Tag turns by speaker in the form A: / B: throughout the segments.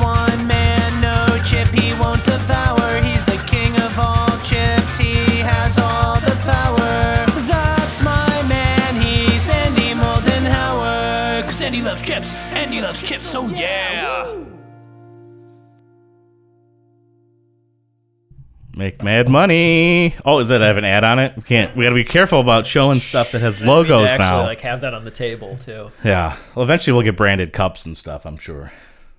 A: one man, no chip he won't devour. He's the king of all chips, he has all the power. That's my man, he's Andy Moldenhauer. Cause Andy loves chips, Andy loves chips, oh yeah!
B: Make mad money. Oh, is that I have an ad on it? We can't. We got to be careful about showing stuff that has logos
C: actually
B: now.
C: like have that on the table too.
B: yeah. Well, eventually we'll get branded cups and stuff. I'm sure.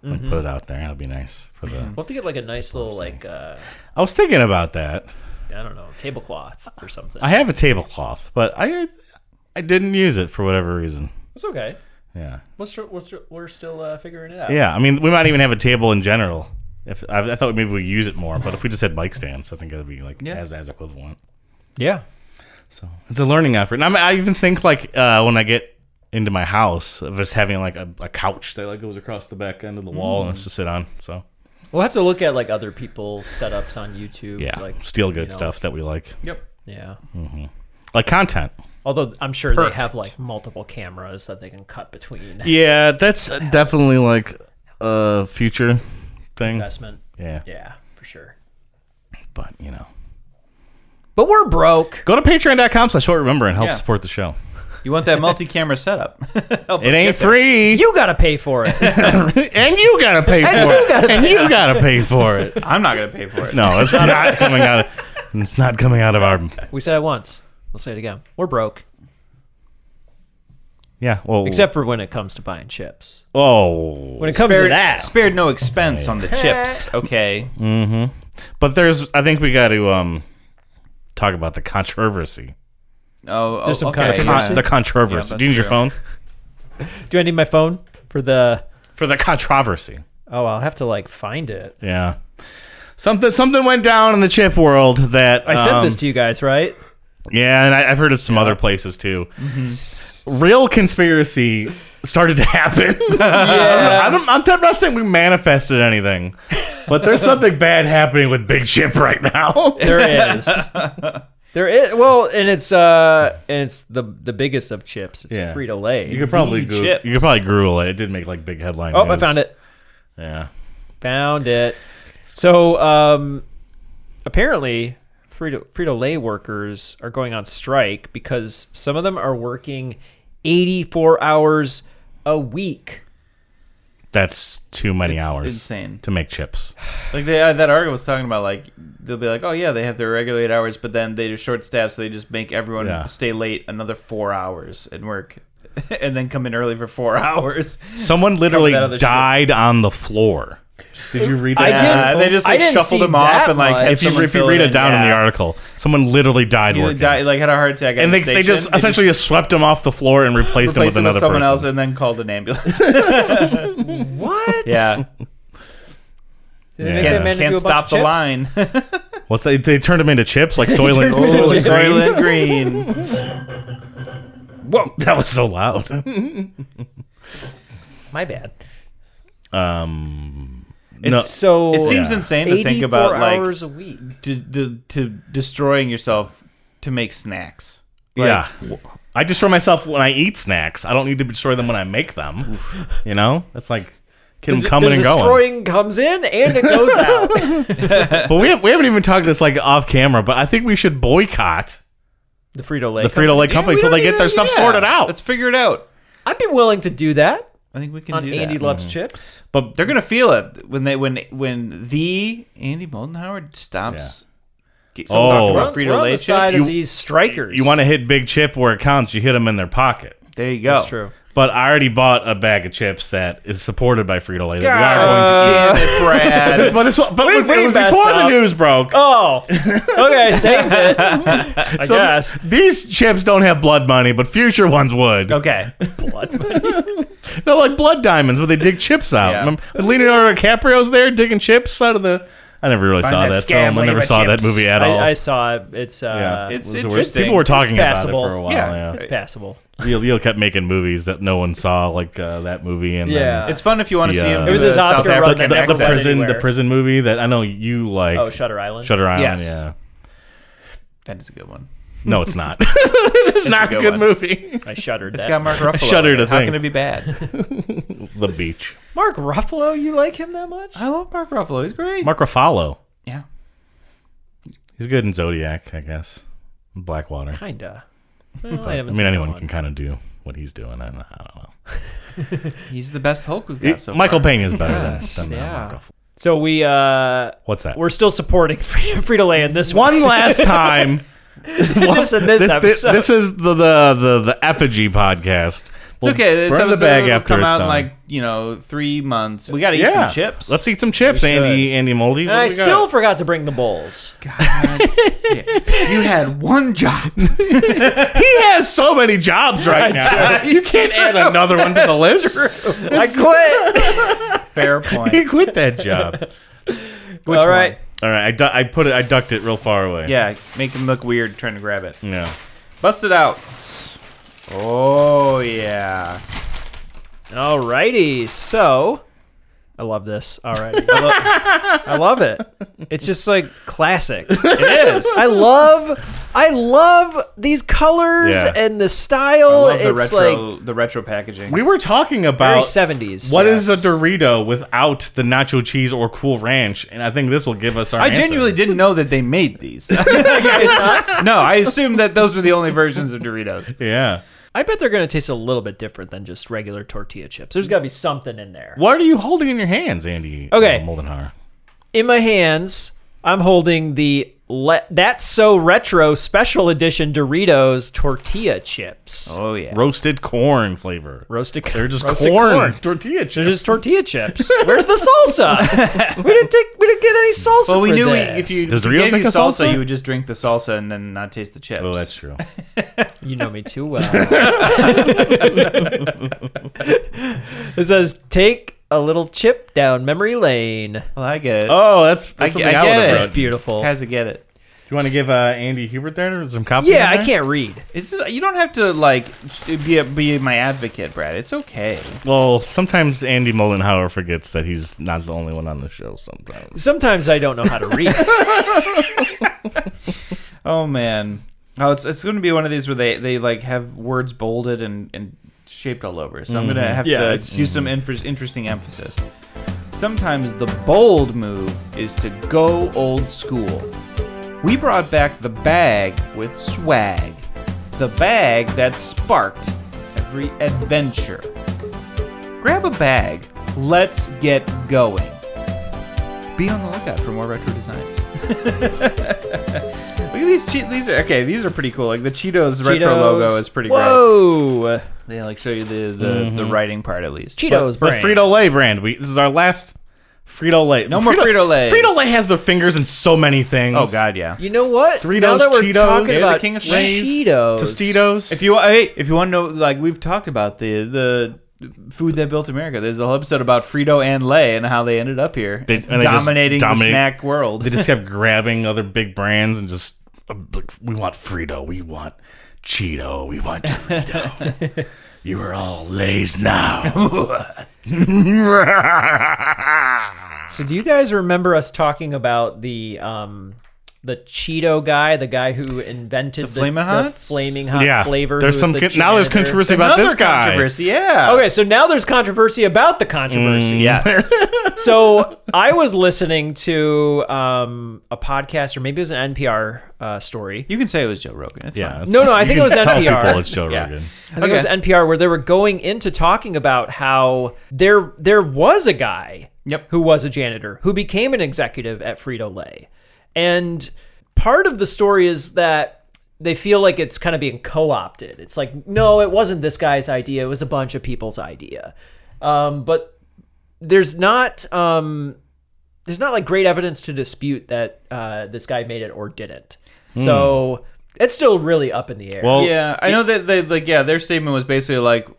B: And put
C: Mm-hmm.
B: it out there. That'll be nice for the.
C: We'll have to get like a nice little like uh,
B: I was thinking about that.
C: I don't know tablecloth or something.
B: I have a tablecloth, but I I didn't use it for whatever reason.
C: It's okay.
B: Yeah.
C: We're still, we're still, we're still uh, figuring it out.
B: Yeah. I mean, we might even have a table in general. If I, I thought maybe we use it more, but if we just had bike stands, I think that'd be like
C: Yeah.
B: as as equivalent.
C: yeah.
B: So it's a learning effort, and I'm, I even think like uh, when I get into my house of just having like a, a couch that like goes across the back end of the wall and it's to sit on. So
C: We'll have to look at like other people's setups on YouTube.
B: yeah,
C: Like
B: steel good
C: you know.
B: stuff that we like,
C: Yep. Yeah.
B: like content.
C: Although I'm sure they have like multiple cameras that they can cut between
B: Yeah, that's definitely like a future thing.
C: investment.
B: yeah.
C: Yeah, for sure.
B: but you know,
C: But we're broke.
B: go to Patreon.com/slash Short Remember and help
D: Yeah.
B: support the show.
D: You want that multi-camera setup? Help
B: It ain't
D: us get there.
B: free,
C: You gotta pay for it.
B: and you gotta pay for it, and you gotta pay for it.
D: I'm not gonna pay for it.
B: No, it's not coming out. Of, it's not coming out of our.
C: we said it once. We'll say it again. We're broke.
B: Yeah. Well,
C: Except for when it comes to buying chips.
B: oh,
C: When it comes to
D: Spared,
C: that.
D: spared no expense on the chips. Okay.
B: But there's, I think we got to um, talk about the controversy.
D: Oh, oh
C: There's some
D: okay.
C: kind of
B: Con-
C: Yeah.
B: the controversy.
D: Yeah,
B: Do you need your
D: that's
B: phone
C: Do I need my phone for the
B: for the controversy?
C: Oh, I'll have to like find it.
B: Yeah. Something something went down in the chip world that
C: I sent
B: um,
C: this to you guys, right?
B: Yeah, and I, I've heard of some other places too.
C: Mm-hmm.
B: Real conspiracy started to happen.
C: Yeah.
B: I'm, I'm, I'm not saying we manifested anything, but there's something bad happening with Big Chip right now.
C: There is. There is well, and it's uh and it's the the biggest of chips. It's
B: Yeah.
C: Frito Lay.
B: You could probably
D: The
B: goo-
D: chips.
B: you could probably Google it. It did make like big headline.
C: oh, I
B: news.
C: found it.
B: Yeah.
C: Found it. So um apparently Frito Frito Lay workers are going on strike because some of them are working eighty four hours a week.
B: That's too many
D: It's
B: hours.
D: insane.
B: to make chips.
D: Like they, uh, that article was talking about, like they'll be like, oh yeah, they have their regular eight hours, but then they're short staffed, so they just make everyone
B: Yeah.
D: stay late another four hours and work, and then come in early for four hours.
B: Someone literally
D: that other
B: died on the on the floor. Did you read
C: I
B: that?
C: did.
D: Uh, they just
C: I
D: like
C: didn't see
D: shuffled them off
C: that
D: and like
C: much.
D: had
B: If you,
D: someone
B: if you
D: fill
B: read
D: in.
B: it down in the
D: Yeah.
B: article, someone literally died
D: Either
B: working.
D: died- like had a heart attack, at
B: and
D: the
B: they, they
D: station,
B: just essentially just swept him off the floor and replaced, him
D: replaced
B: with
D: him
B: another
D: with someone
B: person.
D: else, and then called an ambulance.
C: What?
D: yeah,
C: think
B: Yeah.
C: they managed to do
D: can't
C: a bunch
D: stop
C: of
D: the
C: chips?
D: line.
B: What's they, they turned him into chips like Soylent.
C: turned him into
B: Ooh,
C: chips.
B: Soylent.
D: Soylent Green.
B: Whoa, that was so loud.
C: My bad.
B: Um, no,
D: It's-
C: So
D: It seems
B: Yeah.
D: insane to think
C: 84
D: about like
C: hours a week.
D: to, to, to destroying yourself to make snacks. Like,
B: yeah. I destroy myself when I eat snacks. I don't need to destroy them when I make them. you know, that's like get them coming
C: the
B: and going.
C: destroying comes in and it goes out.
B: But we, have, we haven't even talked this like off camera. But I think we should boycott
C: the Frito Lay.
B: the Frito Lay company
D: we
B: until
D: don't
B: they get their
D: even-
B: stuff
D: yeah.
B: sorted out.
D: Let's figure it out.
C: I'd be willing to do that
D: I think we can
C: on
D: do
C: Andy
D: that.
B: Mm.
C: Loves Chips.
B: but
D: They're gonna feel it when they when when the Andy Moldenhauer stops. Get,
B: Oh.
D: talking
B: We're
D: about
B: on-
C: We're on
D: Frito Lay
C: the side
D: chips.
C: of these strikers.
B: you want to hit Big Chip where it counts. You hit them in their pocket.
D: There you go.
C: That's true.
B: But I already bought a bag of chips that is supported by Frito Lay.
D: Damn it, Brad.
B: But this, but it was, it
C: we
B: was
C: messed
B: before the
C: up.
B: news broke.
C: Oh, okay. I saved it. I
B: So th-
C: guess.
B: these chips don't have blood money, but future ones would.
D: okay.
B: They're like blood diamonds where they dig chips out.
D: Yeah.
B: Remember, when Leonardo DiCaprio's there digging chips out of the. I never really saw
D: that
B: that,
D: scam,
B: film. I never
D: Leave
B: saw
D: it
B: that
D: chips.
B: movie at all.
C: I, I saw it. It's uh,
B: Yeah.
C: it's,
B: Was
D: It's
B: the worst-
D: interesting.
B: People were talking about it
C: passable.
B: for a while.
D: Yeah.
B: Yeah,
C: passable.
B: Leo, Leo kept making movies that no one saw, like uh, that movie and
C: Yeah.
B: then
D: It's fun if you want to
B: The,
D: see him.
B: uh,
D: do
B: It was
D: the
C: his
D: South
C: Oscar run
B: the,
D: African
C: that
B: the,
C: never
B: the
D: accent.
C: happened
B: prison, the
C: anywhere.
B: prison movie that I know you like.
C: Oh, Shutter Island.
B: Shutter Island.
D: Yes.
B: Yeah,
D: That is a good one.
B: No, it's not. it's not a
D: good
B: good
D: one.
B: movie.
C: I shuddered.
D: It's
C: that.
D: got Mark Ruffalo.
B: Shudder
D: in it.
B: to
D: How
B: think.
D: can it be bad?
B: The beach.
C: Mark Ruffalo. You like him that much?
D: I love Mark Ruffalo. He's great.
B: Mark Ruffalo.
D: yeah.
B: He's good in Zodiac, I guess. Blackwater.
C: Kinda. Well, I,
B: I
C: haven't
B: mean,
C: seen
B: anyone
C: that
B: can
C: one.
B: kind of do what he's doing. I don't, I don't know.
D: He's the best Hulk we've got so
B: Michael
D: far.
B: Payne is better
D: Yes,
B: than, than uh, Mark
D: yeah.
B: Ruffalo.
C: So we uh,
B: What's that?
C: we're still supporting Frito Lay in this
B: one last time.
C: Just in this episode.
B: this is the, the, the, the effigy podcast. We'll
D: It's okay. This
B: burn
D: episode
B: the bag
D: will
B: after
D: come
B: it's
D: out in
B: done.
D: like you know three months. We gotta eat
B: yeah.
D: some chips.
B: Let's eat some chips,
C: We should.
B: Andy. Andy Moldy.
C: And I still forgot to bring the bowls.
D: You had one job.
B: he has so many jobs right now. You can't add another one to the list.
C: I quit.
D: Fair point.
B: He quit that job.
D: Which
C: All right.
D: one?
B: All right, I, du- I put it. I ducked it real far away.
D: Yeah, make him look weird trying to grab it.
B: Yeah.
D: Bust it out. Oh yeah.
C: Alrighty. So I love this. Alrighty. I love it. It's just like classic.
D: It is.
C: I love I love these colors
B: Yeah.
C: and the
D: I
C: style.
D: love the
C: Oh, it's
D: retro
C: like
D: the retro packaging.
B: We were talking
C: very
B: about
C: seventies.
B: what is
D: yes.
B: a Dorito without the nacho cheese or cool ranch, and I think this will give us our.
D: I
B: answer.
D: genuinely didn't know that they made these. no, I assumed that those were the only versions of Doritos.
B: Yeah.
C: I bet they're gonna taste a little bit different than just regular tortilla chips. There's gotta be something in there.
B: What are you holding in your hands, Andy?
C: Okay.
B: uh, Moldenhauer.
C: in my hands, I'm holding the Le- That's So Retro Special Edition Doritos tortilla chips.
D: Oh yeah.
B: Roasted corn flavor.
C: Roasted
B: They're just
C: roasted
B: corn. tortilla chips.
C: They're just tortilla chips. Where's the salsa? we didn't take, we didn't get any salsa.
D: Well, we
C: for
D: knew we,
C: this.
D: if you
B: Does
D: if we
B: Doritos
D: gave
B: make
D: you
B: a salsa?
D: salsa, you would just drink the salsa and then not taste the chips.
B: Oh, that's true.
C: you know me too well. it says take a little chip down memory lane.
D: well, I get it.
B: Oh, that's,
D: I
B: that's something
D: get-
B: I,
D: I get
B: would
D: it.
B: have
C: It's
B: read. Do
C: beautiful.
D: Guys, I get it.
B: you want to give uh, Andy Hubert there some copy?
C: yeah, I can't read.
D: It's just, you don't have to like be a, be my advocate, Brad. It's okay.
B: Well, sometimes Andy Mollenhauer forgets that he's not the only one on the show. Sometimes.
C: Sometimes I don't know how to read.
D: Oh man. Oh, it's it's going to be one of these where they they like have words bolded and and shaped all over. So I'm going to have
C: Yeah,
D: to do
C: it's-
D: some infer- interesting emphasis. Sometimes the bold move is to go old school. We brought back the bag with swag. The bag that sparked every adventure. Grab a bag. Let's get going. Be on the lookout for more retro designs. Look at these cheat. These are okay. These are pretty cool. Like the Cheetos, retro
C: Cheetos.
D: logo is pretty great.
C: Whoa. Mm-hmm.
D: They like show you the the, the writing part at least.
C: Cheetos,
B: The
C: brand.
B: Frito Lay brand. We this is our last Frito Lay.
D: No more Frito-Lays.
B: Frito Lay has their fingers in so many things.
D: Oh god, yeah.
C: You know what?
B: Doritos,
C: now that we're
B: Cheetos,
C: talking
B: they're the
C: about
D: king of snacks.
C: Cheetos,
B: Tostitos.
D: If you hey, if you want to know, like we've talked about the the food that built America. There's a whole episode about Frito and Lay and how they ended up here,
B: They-
D: It's
B: and they just
D: dominating the
B: dominate-
D: snack world.
B: they just kept grabbing other big brands and just uh, like, we want Frito, we want Cheeto, we want Dorito. you are all Lays now.
C: So do you guys remember us talking about the um the Cheeto guy, the guy who invented the,
D: Flamin'
C: the
D: Hots?
C: flaming hot
B: yeah,
C: flavor?
B: there's
C: who
B: some
C: was the
B: con- now there's
C: janitor?
B: controversy about
D: Another
B: this guy.
D: controversy, yeah.
C: Okay, so now there's controversy about the
B: Mm.
C: controversy.
D: Yes.
C: So I was listening to um, a podcast, or maybe it was an NPR uh, story.
D: you can say it was Joe Rogan. It's
B: Yeah,
D: fine.
B: that's
C: No, no,
B: fine.
C: I
B: You
C: think it
B: can
C: was
B: tell
C: NPR.
B: People it's Joe
D: Yeah.
B: Rogan.
C: I think
D: Okay.
C: it was NPR where they were going into talking about how there there was a guy
D: Yep.
C: who was a janitor who became an executive at Frito Lay, and part of the story is that they feel like it's kind of being co-opted. It's like no, it wasn't this guy's idea; it was a bunch of people's idea. Um, but there's not um, there's not like great evidence to dispute that uh, this guy made it or didn't. So
D: Hmm.
C: it's still really up in the air.
B: Well,
D: yeah, I know that they like yeah, their statement was basically like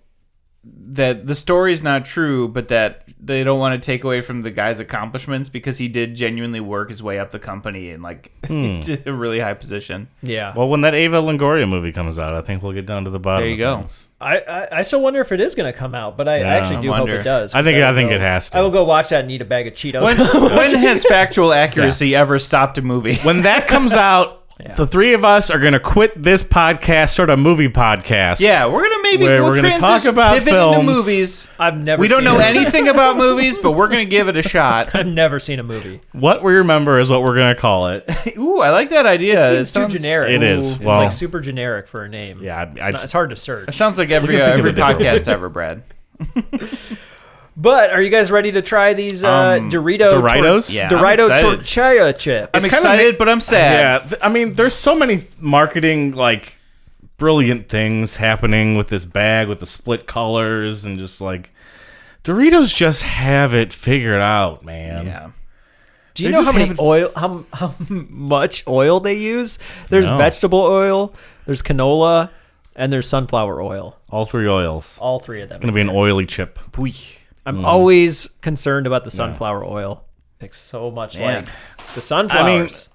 D: that the story's not true, but that they don't want to take away from the guy's accomplishments because he did genuinely work his way up the company and like
B: Hmm.
D: to a really high position.
C: yeah.
B: Well, when that Ava Longoria movie comes out, I think we'll get down to the bottom.
D: There you
B: of
D: go.
B: things.
C: I, I, I still wonder if it is going to come out, but I, I
B: Yeah.
C: actually
B: I
C: do
D: wonder.
C: hope it does.
B: I think-
C: 'cause
B: I think
C: will-
B: it has to.
C: I will go watch that and eat a bag of Cheetos.
D: When, when has factual accuracy ever stopped a movie?
B: When that comes out, The three of us are going to quit this podcast, start a movie podcast.
D: Yeah, we're gonna maybe
B: Where
D: we'll
B: we're gonna
D: transition-
B: talk about
D: pivot
B: films.
D: into movies.
C: I've never
D: we don't
C: seen
D: know
C: it.
D: anything about movies, but we're gonna give it a shot.
C: I've never seen a movie.
B: What we remember is what we're going to call it.
D: Ooh, I like that idea.
C: It's
D: Uh, It
C: too
D: sounds-
C: generic.
B: It is.
C: It's
B: Well-
C: like super generic for a name.
B: Yeah, I'd-
C: it's,
B: I'd-
C: not- it's hard to
D: It
C: search.
D: sounds like every uh,
B: think of
D: every
B: a different one.
D: podcast ever, Brad.
C: But are you guys ready to try these uh,
D: Um,
C: Dorito
B: Doritos?
C: Tor-
D: Yeah, I'm
C: Dorito
D: excited.
C: tortilla chips.
D: I'm
B: kinda
D: excited,
B: ma-
D: but I'm
B: Yeah,
D: sad.
B: th- I mean, there's so many marketing like brilliant things happening with this bag with the split colors and just like Doritos just have it figured out, man.
D: Yeah.
C: Do you
B: They
C: know
B: just
C: how many
B: haven't-
C: oil how, how much oil they use? There's
B: No.
C: vegetable oil, there's canola, and there's sunflower oil.
B: All three oils.
C: All three of them.
B: Gonna be an oily chip.
C: I'm
D: Hmm.
C: always concerned about the sunflower oil. It's so much
D: Man.
C: like the sunflowers.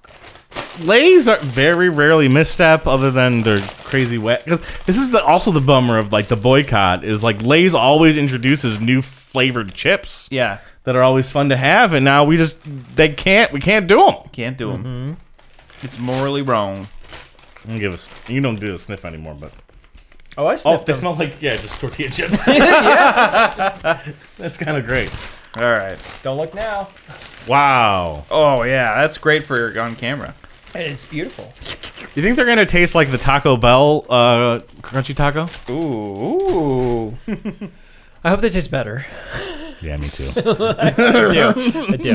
B: Lay's are very rarely misstep, other than their crazy wet. Because this is the, also the bummer of like the boycott is like Lay's always introduces new flavored chips
D: Yeah.
B: that are always fun to have, and now we just they can't we can't do them.
D: Can't do them. It's morally wrong.
B: I'm gonna give us you don't do the sniff anymore, but
C: oh, I
B: Oh,
C: sniffed
B: they
C: them.
B: smell like yeah, just tortilla chips. that's kind of great.
D: All right.
C: Don't look now.
B: Wow.
D: Oh yeah, that's great for on camera.
C: And it's beautiful.
B: You think they're gonna taste like the Taco Bell uh, crunchy taco?
D: Ooh. ooh.
C: I hope they taste better.
B: Yeah, me too.
C: I do. I do.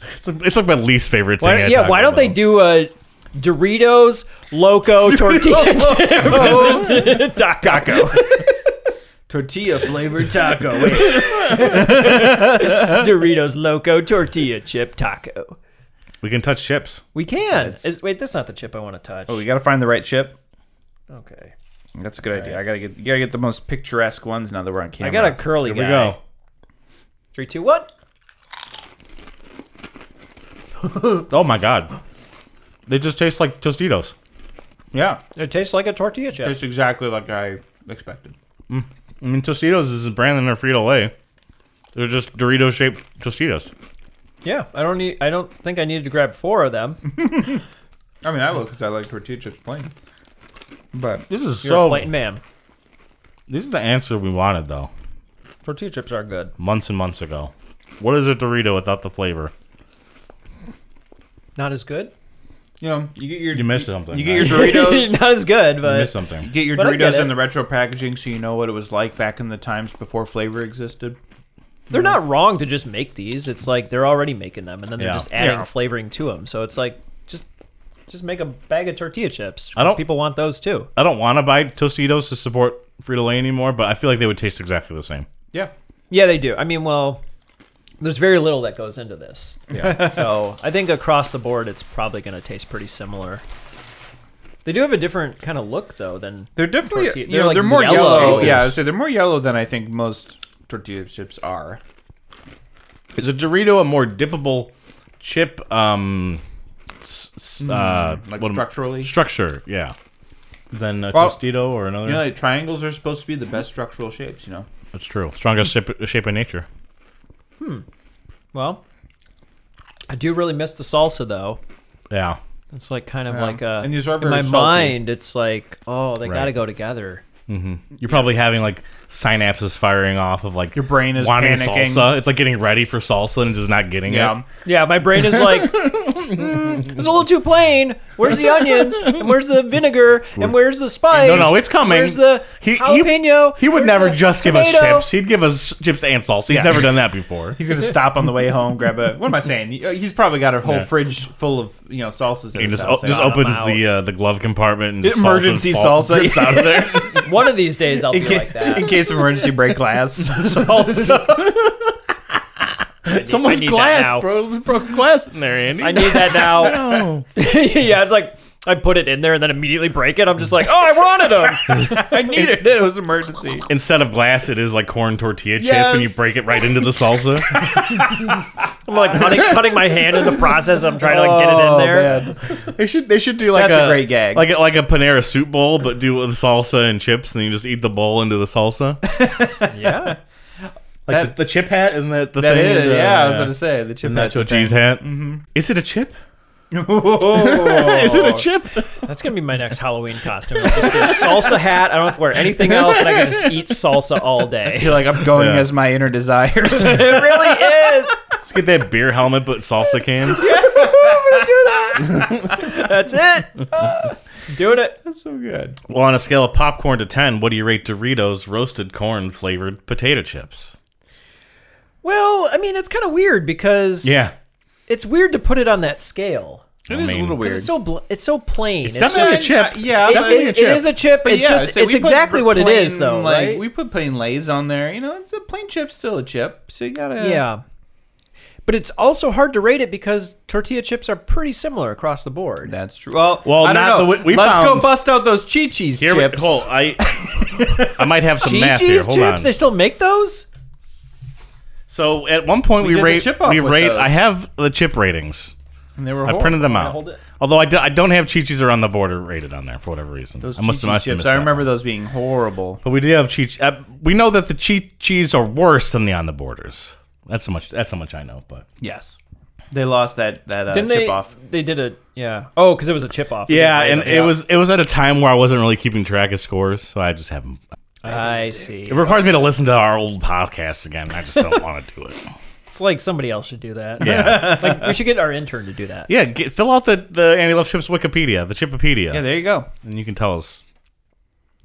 B: it's like my least favorite thing.
C: Why,
B: at
C: yeah,
B: Taco
C: why don't they
B: Bell.
C: do a Doritos Loco Tortilla Chip Taco?
D: Tortilla flavored taco. Wait.
C: Doritos Loco Tortilla Chip Taco.
B: We can touch chips.
C: We can. Is- wait, that's not the chip I want to touch.
D: Oh, we gotta find the right chip.
C: okay.
D: That's a good idea. I gotta get you gotta get the most picturesque ones now that we're on camera.
C: I got a curly
B: Here
C: guy.
B: we go.
C: Three, two, one.
B: Oh my god, they just taste like Tostitos.
D: yeah.
C: It tastes like a tortilla chip.
D: Tastes exactly like I expected.
B: I mean, Tostitos is a brand in their Frito Lay. They're just Dorito shaped Tostitos.
C: yeah, I don't need. I don't think I needed to grab four of them.
D: I mean, I will because I like tortilla chips plain. But
B: This is
C: You're a
B: so.
C: plain man.
B: This is the answer we wanted though,
C: Tortilla chips are good.
B: months and months ago. What is a Dorito without the flavor?
C: Not as good.
D: you know, you get your
B: You missed something,
D: You get your
B: right?
D: Doritos.
C: Not as good,
B: I
C: but
B: missed something.
D: Get your
C: But I get
D: Doritos in
C: it.
D: the retro packaging so you know what it was like back in the times before flavor existed.
C: they're not wrong to just make these. It's like they're already making them, and then they're
B: Yeah.
C: just adding
D: Yeah.
C: flavoring to them. So it's like just just make a bag of tortilla chips.
B: I don't-
C: People want those too.
B: I don't want to buy Tostitos to support Frito Lay anymore, but I feel like they would taste exactly the same.
D: Yeah.
C: Yeah, they do. I mean, well, there's very little that goes into this.
D: Yeah.
C: so I think across the board, it's probably going to taste pretty similar. They do have a different kind of look though than
D: They're definitely
C: Tortilla-
D: you
C: they're
D: know,
C: like
D: they're more
C: yellow.
D: yellow.
C: Yellow.
D: Oh, Yeah, I would say they're more yellow than I think most tortilla chips are.
B: Is a Dorito a more dippable chip? Um, s- s- uh,
D: Hmm, Like
B: what am-
D: structurally.
B: structure, yeah. Than a
D: Well,
B: Tostito or another.
D: you know, like triangles are supposed to be the best structural shapes, you know.
B: That's true. Strongest shape, shape of nature.
C: well. I do really miss the salsa though.
B: Yeah.
C: It's like kind of
D: Yeah.
C: like a
D: And these are
C: in
D: very
C: my
D: salty.
C: mind. It's like oh, they
B: Right.
C: got to go together.
B: You're probably having like synapses firing off of like
D: Your brain is
B: wanting
D: panicking.
B: salsa. It's like getting ready for salsa and just not getting
D: Yeah.
B: it.
C: Yeah, my brain is like, "Mm, it's a little too plain. Where's the onions? And where's the vinegar? And where's the spice?
B: No, no, it's coming.
C: Where's the
B: He- he-
C: jalapeno?
B: He would
C: Where's
B: never
C: the
B: just give us
C: tomato?"
B: chips. He'd give us chips and salsa. He's never done that before.
D: He's gonna stop on the way home, grab a. What am I saying? uh, He's probably got a whole
B: Yeah.
D: fridge full of you know salsas. in
B: He
D: his
B: just,
D: house.
B: o- just
D: Yeah.
B: opens the uh, the glove compartment and just
D: Emergency
B: fall-
D: salsa.
B: drips out of there.
C: One of these days, I'll be
D: in, ca-
C: like that.
D: in case of emergency break glass salsa.
B: Someone's
C: need that
B: glass,
C: now.
B: bro. There's broken glass in there, Andy.
C: I need that now. yeah, it's like I put it in there and then immediately break it. I'm just like, oh, I wanted them. I needed it.
D: it was emergency.
B: Instead of glass, it is like corn tortilla chip, and you
C: Yes.
B: break it right into the salsa.
C: I'm like cutting, cutting my hand in the process. I'm trying to like get it in
D: Oh,
C: there.
B: they should they should do like
D: That's a great gag.
B: like a, like a Panera soup bowl, but do it with salsa and chips, and then you just eat the bowl into the salsa.
C: Yeah.
B: Like
D: That-
B: the, the chip hat, isn't that the
D: That
B: thing? uh,
D: is,
B: The-
D: yeah, I was gonna say the chip.
B: the nacho cheese hat. Mm-hmm. Is it a chip? Is it a chip?
C: That's gonna be my next Halloween costume. It'll just be a salsa hat. I don't have to wear anything else, and I can just eat salsa all day.
D: You're like, I'm going
B: Yeah.
D: as my inner desires.
C: It really is.
B: Let's get that beer helmet, but salsa cans.
C: That's it. Ah, I'm doing it.
D: so good.
B: Well, on a scale of popcorn to 10, what do you rate Doritos roasted corn flavored potato chips?
C: Well, I mean, it's kind of weird because
B: Yeah.
C: it's weird to put it on that scale.
D: It
B: I
D: is
B: mean-
D: a little
C: 'Cause
D: weird.
C: It's so bl- it's so plain. It's,
B: definitely
C: just-
B: a chip.
D: Yeah,
C: it-
D: definitely
C: it-
B: a
C: it
B: chip.
C: is a chip.
D: But
C: it's
D: yeah,
C: just
D: so
C: it's
D: we put
C: exactly what it is,
D: plain,
C: though,
D: like,
C: right?
D: We put plain Lay's on there. You know, it's a plain chip's still a chip, so you gotta.
C: yeah. But it's also hard to rate it because tortilla chips are pretty similar across the board.
D: that's true. Well,
B: Well,
D: I don't
B: not
D: know.
B: the- we
D: Let's
B: found-
D: go bust out those Chi Chi's
B: Here we
D: chips.
B: hold. I I might have some math here.
C: Chi-Chi's
B: Hold
C: chips, they
B: on.
C: still make those?
B: So at one point
D: We
B: we,
D: did the
B: rate
D: chip off
B: we
D: with
B: rate
D: those.
B: I have the chip ratings.
D: and they were
B: I printed them
C: hold
B: out.
C: it.
B: Although I, do, I don't have Chi-Chi's are on the border rated on there for whatever reason.
D: Those
B: I must have
D: Chi Chi's
B: must have
D: chips.
B: missed
D: I
B: that
D: remember
B: one.
D: those being horrible.
B: But we do have Chi uh, we know that the Chi-Chi's are worse than the on the borders. That's how much that's how much I know, but
D: Yes, they lost that that uh,
C: Didn't
D: chip
C: they?
D: off.
C: They did a yeah. Oh, because it was a chip off.
B: Yeah,
C: They
B: and
C: didn't rate
B: it
C: them.
B: was it was at a time where I wasn't really keeping track of scores, so I just haven't
C: I see.
B: It requires me to listen to our old podcast again. I just don't want to do it.
C: It's like somebody else should do that.
B: Yeah,
C: like we should get our intern to do that.
B: yeah. Get, fill out the the Andy Love Chips Wikipedia, the Chipopedia,
D: Yeah, there you go.
B: and you can tell us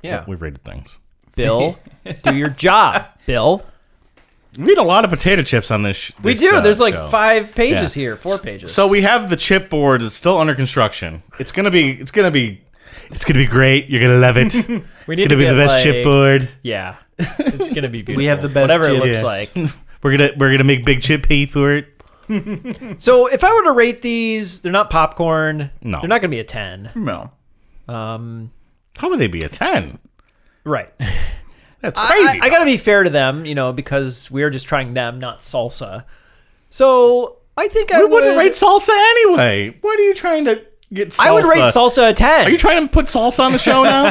C: Yeah.
B: what we've rated things.
C: Bill, do your job, Bill.
B: We eat a lot of potato chips on this. Sh-
C: We
B: this,
C: do.
B: uh,
C: There's like
B: show.
C: five
B: Yeah.
C: pages here, four pages.
B: So we have the chip board. It's still under construction. It's gonna be. It's gonna be. It's gonna be great. You're gonna love it. it's gonna
C: we
B: be the
C: get,
B: best chip
C: like-
B: board.
C: Yeah, it's gonna be beautiful.
D: have the best
C: whatever it
D: chip.
C: looks
D: Yes.
C: like.
B: We're gonna we're gonna make Big Chip pay for it.
C: So if I were to rate these, they're not popcorn.
B: No.
C: they're not gonna be a ten.
D: No,
C: Um,
B: How would they be a ten?
C: right.
B: That's
C: I,
B: crazy.
C: I, I gotta be fair to them, you know, because we are just trying them, not salsa. So I think I
B: We
C: would,
B: wouldn't rate salsa anyway. What are you trying to get? Salsa?
C: I would rate salsa a ten.
B: Are you trying to put salsa on the show now?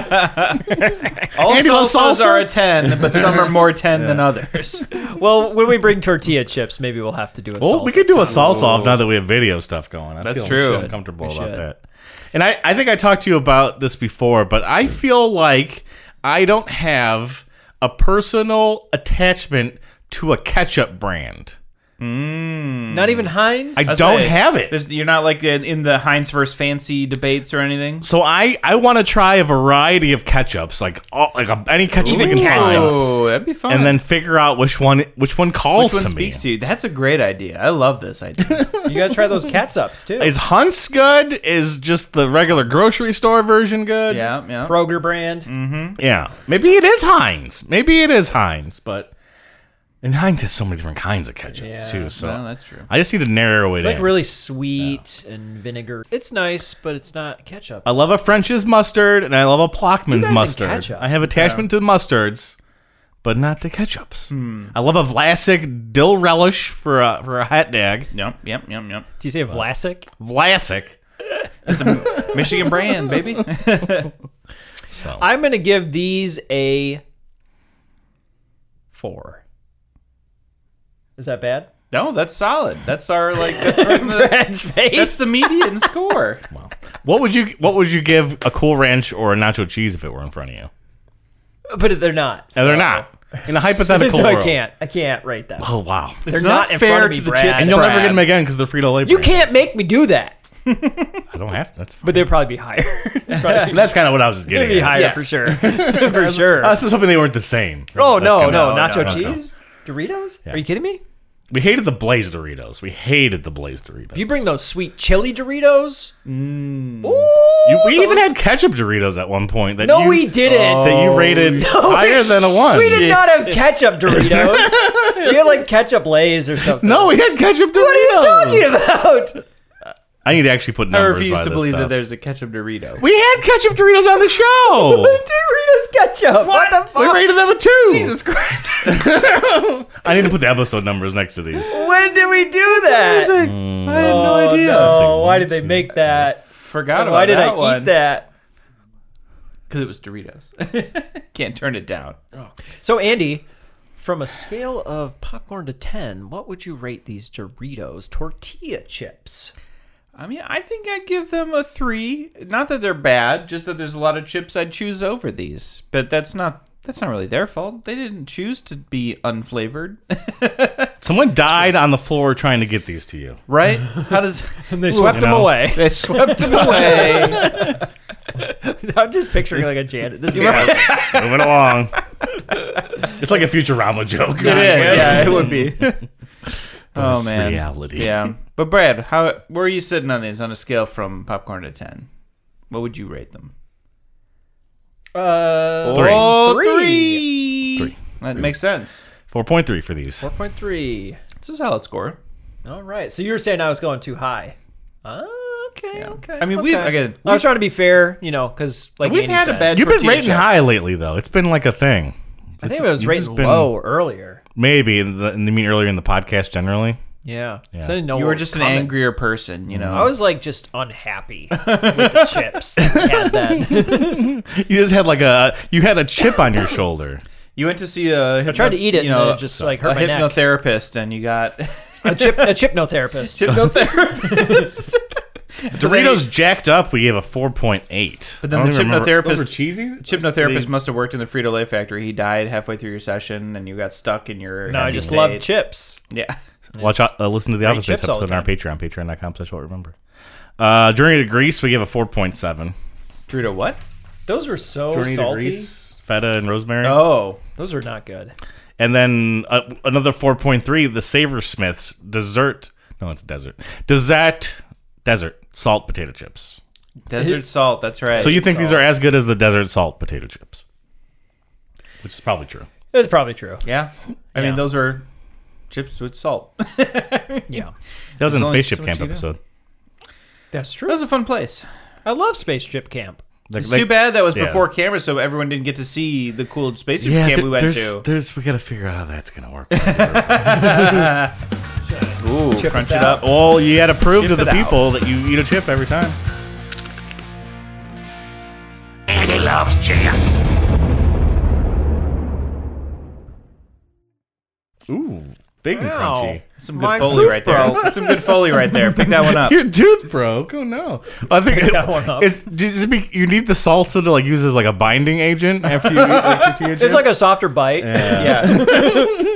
D: all
B: Andy loves
D: salsas
B: salsa?
D: are a ten, but some are more ten than others.
C: well, when we bring tortilla chips, maybe we'll have to do a
B: well,
C: salsa.
B: we could do a salsa off now that we have video stuff going. I
D: That's
B: feel
D: true.
B: I'm comfortable
C: We
B: about
C: should.
B: that. And I, I think I talked to you about this before, but I feel like I don't have a personal attachment to a ketchup brand.
C: Not even Heinz.
B: I
D: I
B: don't
D: say,
B: have it.
D: there's- You're not like in, in the Heinz versus Fancy debates or anything.
B: So I, I want to try a variety of ketchups, like all, like a, any ketchup I can find,
D: Oh, that'd be fun.
B: and then figure out which one which one calls
D: which one
B: to
D: speaks
B: me.
D: to you? That's a great idea. I love this idea.
C: you gotta try those cats ups too.
B: Is Hunt's good? Is just the regular grocery store version good?
D: yeah, yeah.
C: Kroger brand.
B: Mm. Yeah. Maybe it is Heinz. Maybe it is Heinz, but and Heinz has so many different kinds of ketchup
C: Yeah.
B: too. So
D: No, that's true.
B: I just need to narrow it
C: It's like
B: in.
C: really sweet and vinegar. It's nice, but it's not ketchup.
B: I love a French's mustard and I love a Plockman's
C: guys and
B: mustard.
C: ketchup.
B: I have attachment to mustards, but not to ketchups.
C: Hmm.
B: I love a Vlasic dill relish for a for a hot dog.
D: Yep, yep, yep, yep.
C: Do you say Vlasic?
B: Vlasic.
D: Michigan brand, baby.
B: So
C: I'm gonna give these a four. Is that bad?
D: no, that's solid. That's our like. That's our, that's, that's the median score.
B: what would you what would you give a cool ranch or a nacho cheese if it were in front of you?
C: but they're not.
B: No, they're not. In a hypothetical
C: so I
B: world.
C: can't. I can't rate that.
B: Oh wow.
C: They're
D: It's not
C: not, in
D: fair
C: front of me,
D: to the
C: Brad.
D: chicks,
B: And you'll never
D: Brad.
B: get them again because they're Frito Lay.
C: You can't make me do that.
B: I don't have to. That's fine.
C: But they'd probably be higher.
B: And that's kind of what I was just
C: they'd
B: getting.
C: be
B: at.
C: higher
D: Yes.
C: for sure. for sure.
B: I was just hoping they weren't the same.
C: oh
B: That's
C: no,
B: kinda-
C: no,
D: no,
C: nacho
D: no,
B: no.
C: cheese, Doritos. Are you kidding me?
B: We hated the Blaze Doritos. We hated the Blaze Doritos.
C: If you bring those sweet chili Doritos,
B: You- we even had ketchup Doritos at one point. That
C: no,
B: you,
C: we didn't.
B: That you rated higher than a one.
C: We did not have ketchup Doritos. we had like ketchup lays or something.
B: No, we had ketchup Doritos.
C: What are you talking about?
B: I need to actually put
D: I
B: numbers.
D: refuse
B: by
D: to
B: this
D: believe that
B: stuff.
D: there's a ketchup Dorito.
B: We had ketchup Doritos on the show.
C: Doritos ketchup. What, the fuck?
B: we rated them a two.
D: Oh, Jesus Christ!
B: I need to put the episode numbers next to these.
C: When did we do that?
D: I had no
C: Oh,
D: idea.
C: no. Why did they make that?
D: Forgot
C: Why
D: about
C: did
D: that
C: I
D: one.
C: eat that?
D: Because it was Doritos. Can't turn it down.
C: So Andy, from a scale of popcorn to ten, what would you rate these Doritos tortilla chips?
D: I mean, I think I'd give them a three. Not that they're bad, just that there's a lot of chips I'd choose over these. But that's not that's not really their fault. They didn't choose to be unflavored,
B: Someone died on the floor trying to get these to you.
D: right? How does
C: And they swept them
B: know.
C: away.
D: they swept them away?
C: I'm just picturing like a janitor. This is
B: Moving along. It's like a Futurama joke.
D: It is, yeah, it would be. oh
B: It's
D: man,
B: reality.
D: yeah. But Brad, how where are you sitting on these on a scale from popcorn to ten? What would you rate them?
C: uh,
B: Three.
D: Oh,
C: Three.
D: three.
B: Three.
D: That makes sense.
B: Four point three for these.
C: 4.3.
D: It's a solid score.
C: All right. So you were saying I was going too high. Uh, okay.
D: Yeah.
C: Okay.
D: I mean, we've-
C: okay.
D: again,
C: I
D: we've-
C: was trying to be fair, you know, because like
D: We've
C: Andy
D: had a
C: said,
D: bad.
B: You've been
D: tortilla
B: rating
D: chip.
B: high lately, though. It's been like a thing.
C: I think it was
B: You've
C: rating
B: just been-
C: low earlier.
B: Maybe in the, in the mean earlier in the podcast. Generally,
C: Yeah.
B: Yeah.
C: So I didn't know
D: You
C: what
D: were
C: was
D: just an
C: coming.
D: angrier person, you know.
B: Oh,
C: I was like just unhappy with the chips. that we had then.
B: you just had like a you had a chip on your shoulder.
D: You went to see a. Hypno-
C: tried to eat it
D: you
C: and
D: know,
C: then it just, like, hurt
D: a
C: my neck.
D: hypnotherapist, and you got
C: A chip, a hypnotherapist.
D: hypnotherapist.
B: Doritos jacked up. We gave a four point eight.
D: But then the hypnotherapist-
B: cheesy.
D: Hypnotherapist must have worked in the Frito Lay factory. He died halfway through your session, and you got stuck in your.
C: No, I
D: ending
C: just love
D: state.
C: chips.
D: Yeah,
B: Watch out. Uh, listen to the Office Space
C: chips all
B: episode
C: the
B: on our Patreon. Patreon.com slash what remember. Uh, Journey to Greece. We gave a four point seven.
D: Frito what?
C: Those were so salty.
B: Feta and rosemary.
D: Oh,
C: Those were not good.
B: And then uh, another 4.3, the Saversmiths dessert. No, it's desert. Dessert. Desert salt potato chips.
D: desert salt. That's right.
B: So you think these are as good as the desert salt potato chips? Which is probably true.
C: That's probably true.
D: Yeah, I
C: Yeah.
D: mean those are chips with salt. that
C: Yeah,
B: That was in the
D: There's only
B: spaceship
D: so much
B: camp
D: you do.
B: episode.
C: that's true.
D: was a fun place.
C: I love Space Trip Camp.
B: Like-
D: It's
B: like-
D: too bad that was
B: yeah.
D: before camera, so everyone didn't get to see the cool space
B: Yeah,
D: camp
B: th-
D: we went
B: there's,
D: to.
B: there's we gotta figure out how that's gonna work.
D: Ooh,
C: Chip
D: crunch
C: us
D: it
C: out.
D: up.
B: well, you gotta prove
D: Chip
B: to the
D: it out.
B: people that you eat a chip every time.
E: Andy loves chips.
B: Ooh, big and
C: Wow.
B: crunchy.
D: Some
C: My
D: good foley right there.
C: Cooper.
D: Some good foley right there. Pick that one up.
B: Your tooth broke. Oh no! I think
C: got one up.
B: it's does it be- you need the salsa to like use as like a binding agent after you eat like, your tortilla
C: It's
B: chips.
C: like a softer bite.
D: Yeah.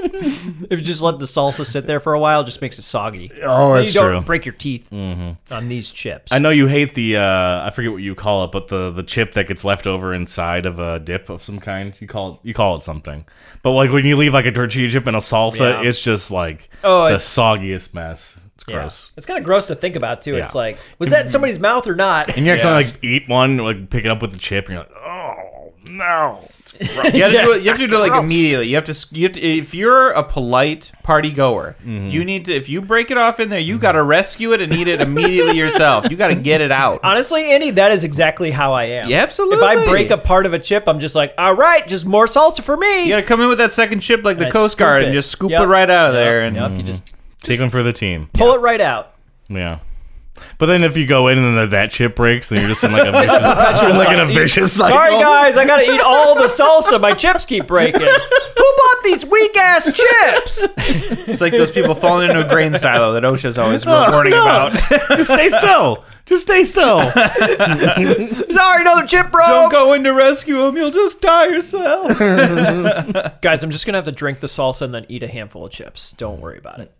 C: If you just let the salsa sit there for a while, it just makes it soggy.
B: Oh, that's
C: you don't
B: true. Mm-hmm.
C: break your teeth on these chips.
B: I know you hate the uh, I forget what you call it, but the the chip that gets left over inside of a dip of some kind. You call it you call it something. But like when you leave like a tortilla chip and a salsa,
C: Yeah.
B: it's just like
C: Oh,
B: the
C: it's-
B: soggiest mess. It's
C: Yeah.
B: gross.
C: It's kind of gross to think about too. It's
B: Yeah.
C: like, was that in somebody's mouth or not?
B: And you accidentally like eat one, like pick it up with the chip, and you're like, oh no.
D: You have to do it, you have to do it like immediately. You have to, you have to if you're a polite party goer, you need to if you break it off in there, you got to rescue it and eat it immediately yourself. You got to get it out.
C: Honestly, Andy, that is exactly how I am.
D: Yeah, absolutely.
C: If I break a part of a chip, I'm just like, all right, just more salsa for me.
D: You got to come in with that second chip like the
C: I
D: Coast
C: scoop
D: Guard
C: it.
D: and just scoop
C: Yep.
D: it right out of there
C: Yep,
D: and
C: yep, you just
B: Take one for the team.
C: pull it right out.
B: Yeah. But then if you go in and then that chip breaks, then you're just in like a vicious, like in a vicious cycle.
C: Sorry,
D: oh.
C: guys, I gotta eat all the salsa. My chips keep breaking. Who bought these weak ass chips?
D: it's like those people falling into a grain silo that OSHA's always warning
C: Oh,
B: no.
D: about.
B: Just stay still. Just stay still.
C: Sorry, another chip broke.
D: Don't go in to rescue him; you'll just die yourself.
C: Guys, I'm just gonna have to drink the salsa and then eat a handful of chips. Don't worry about it.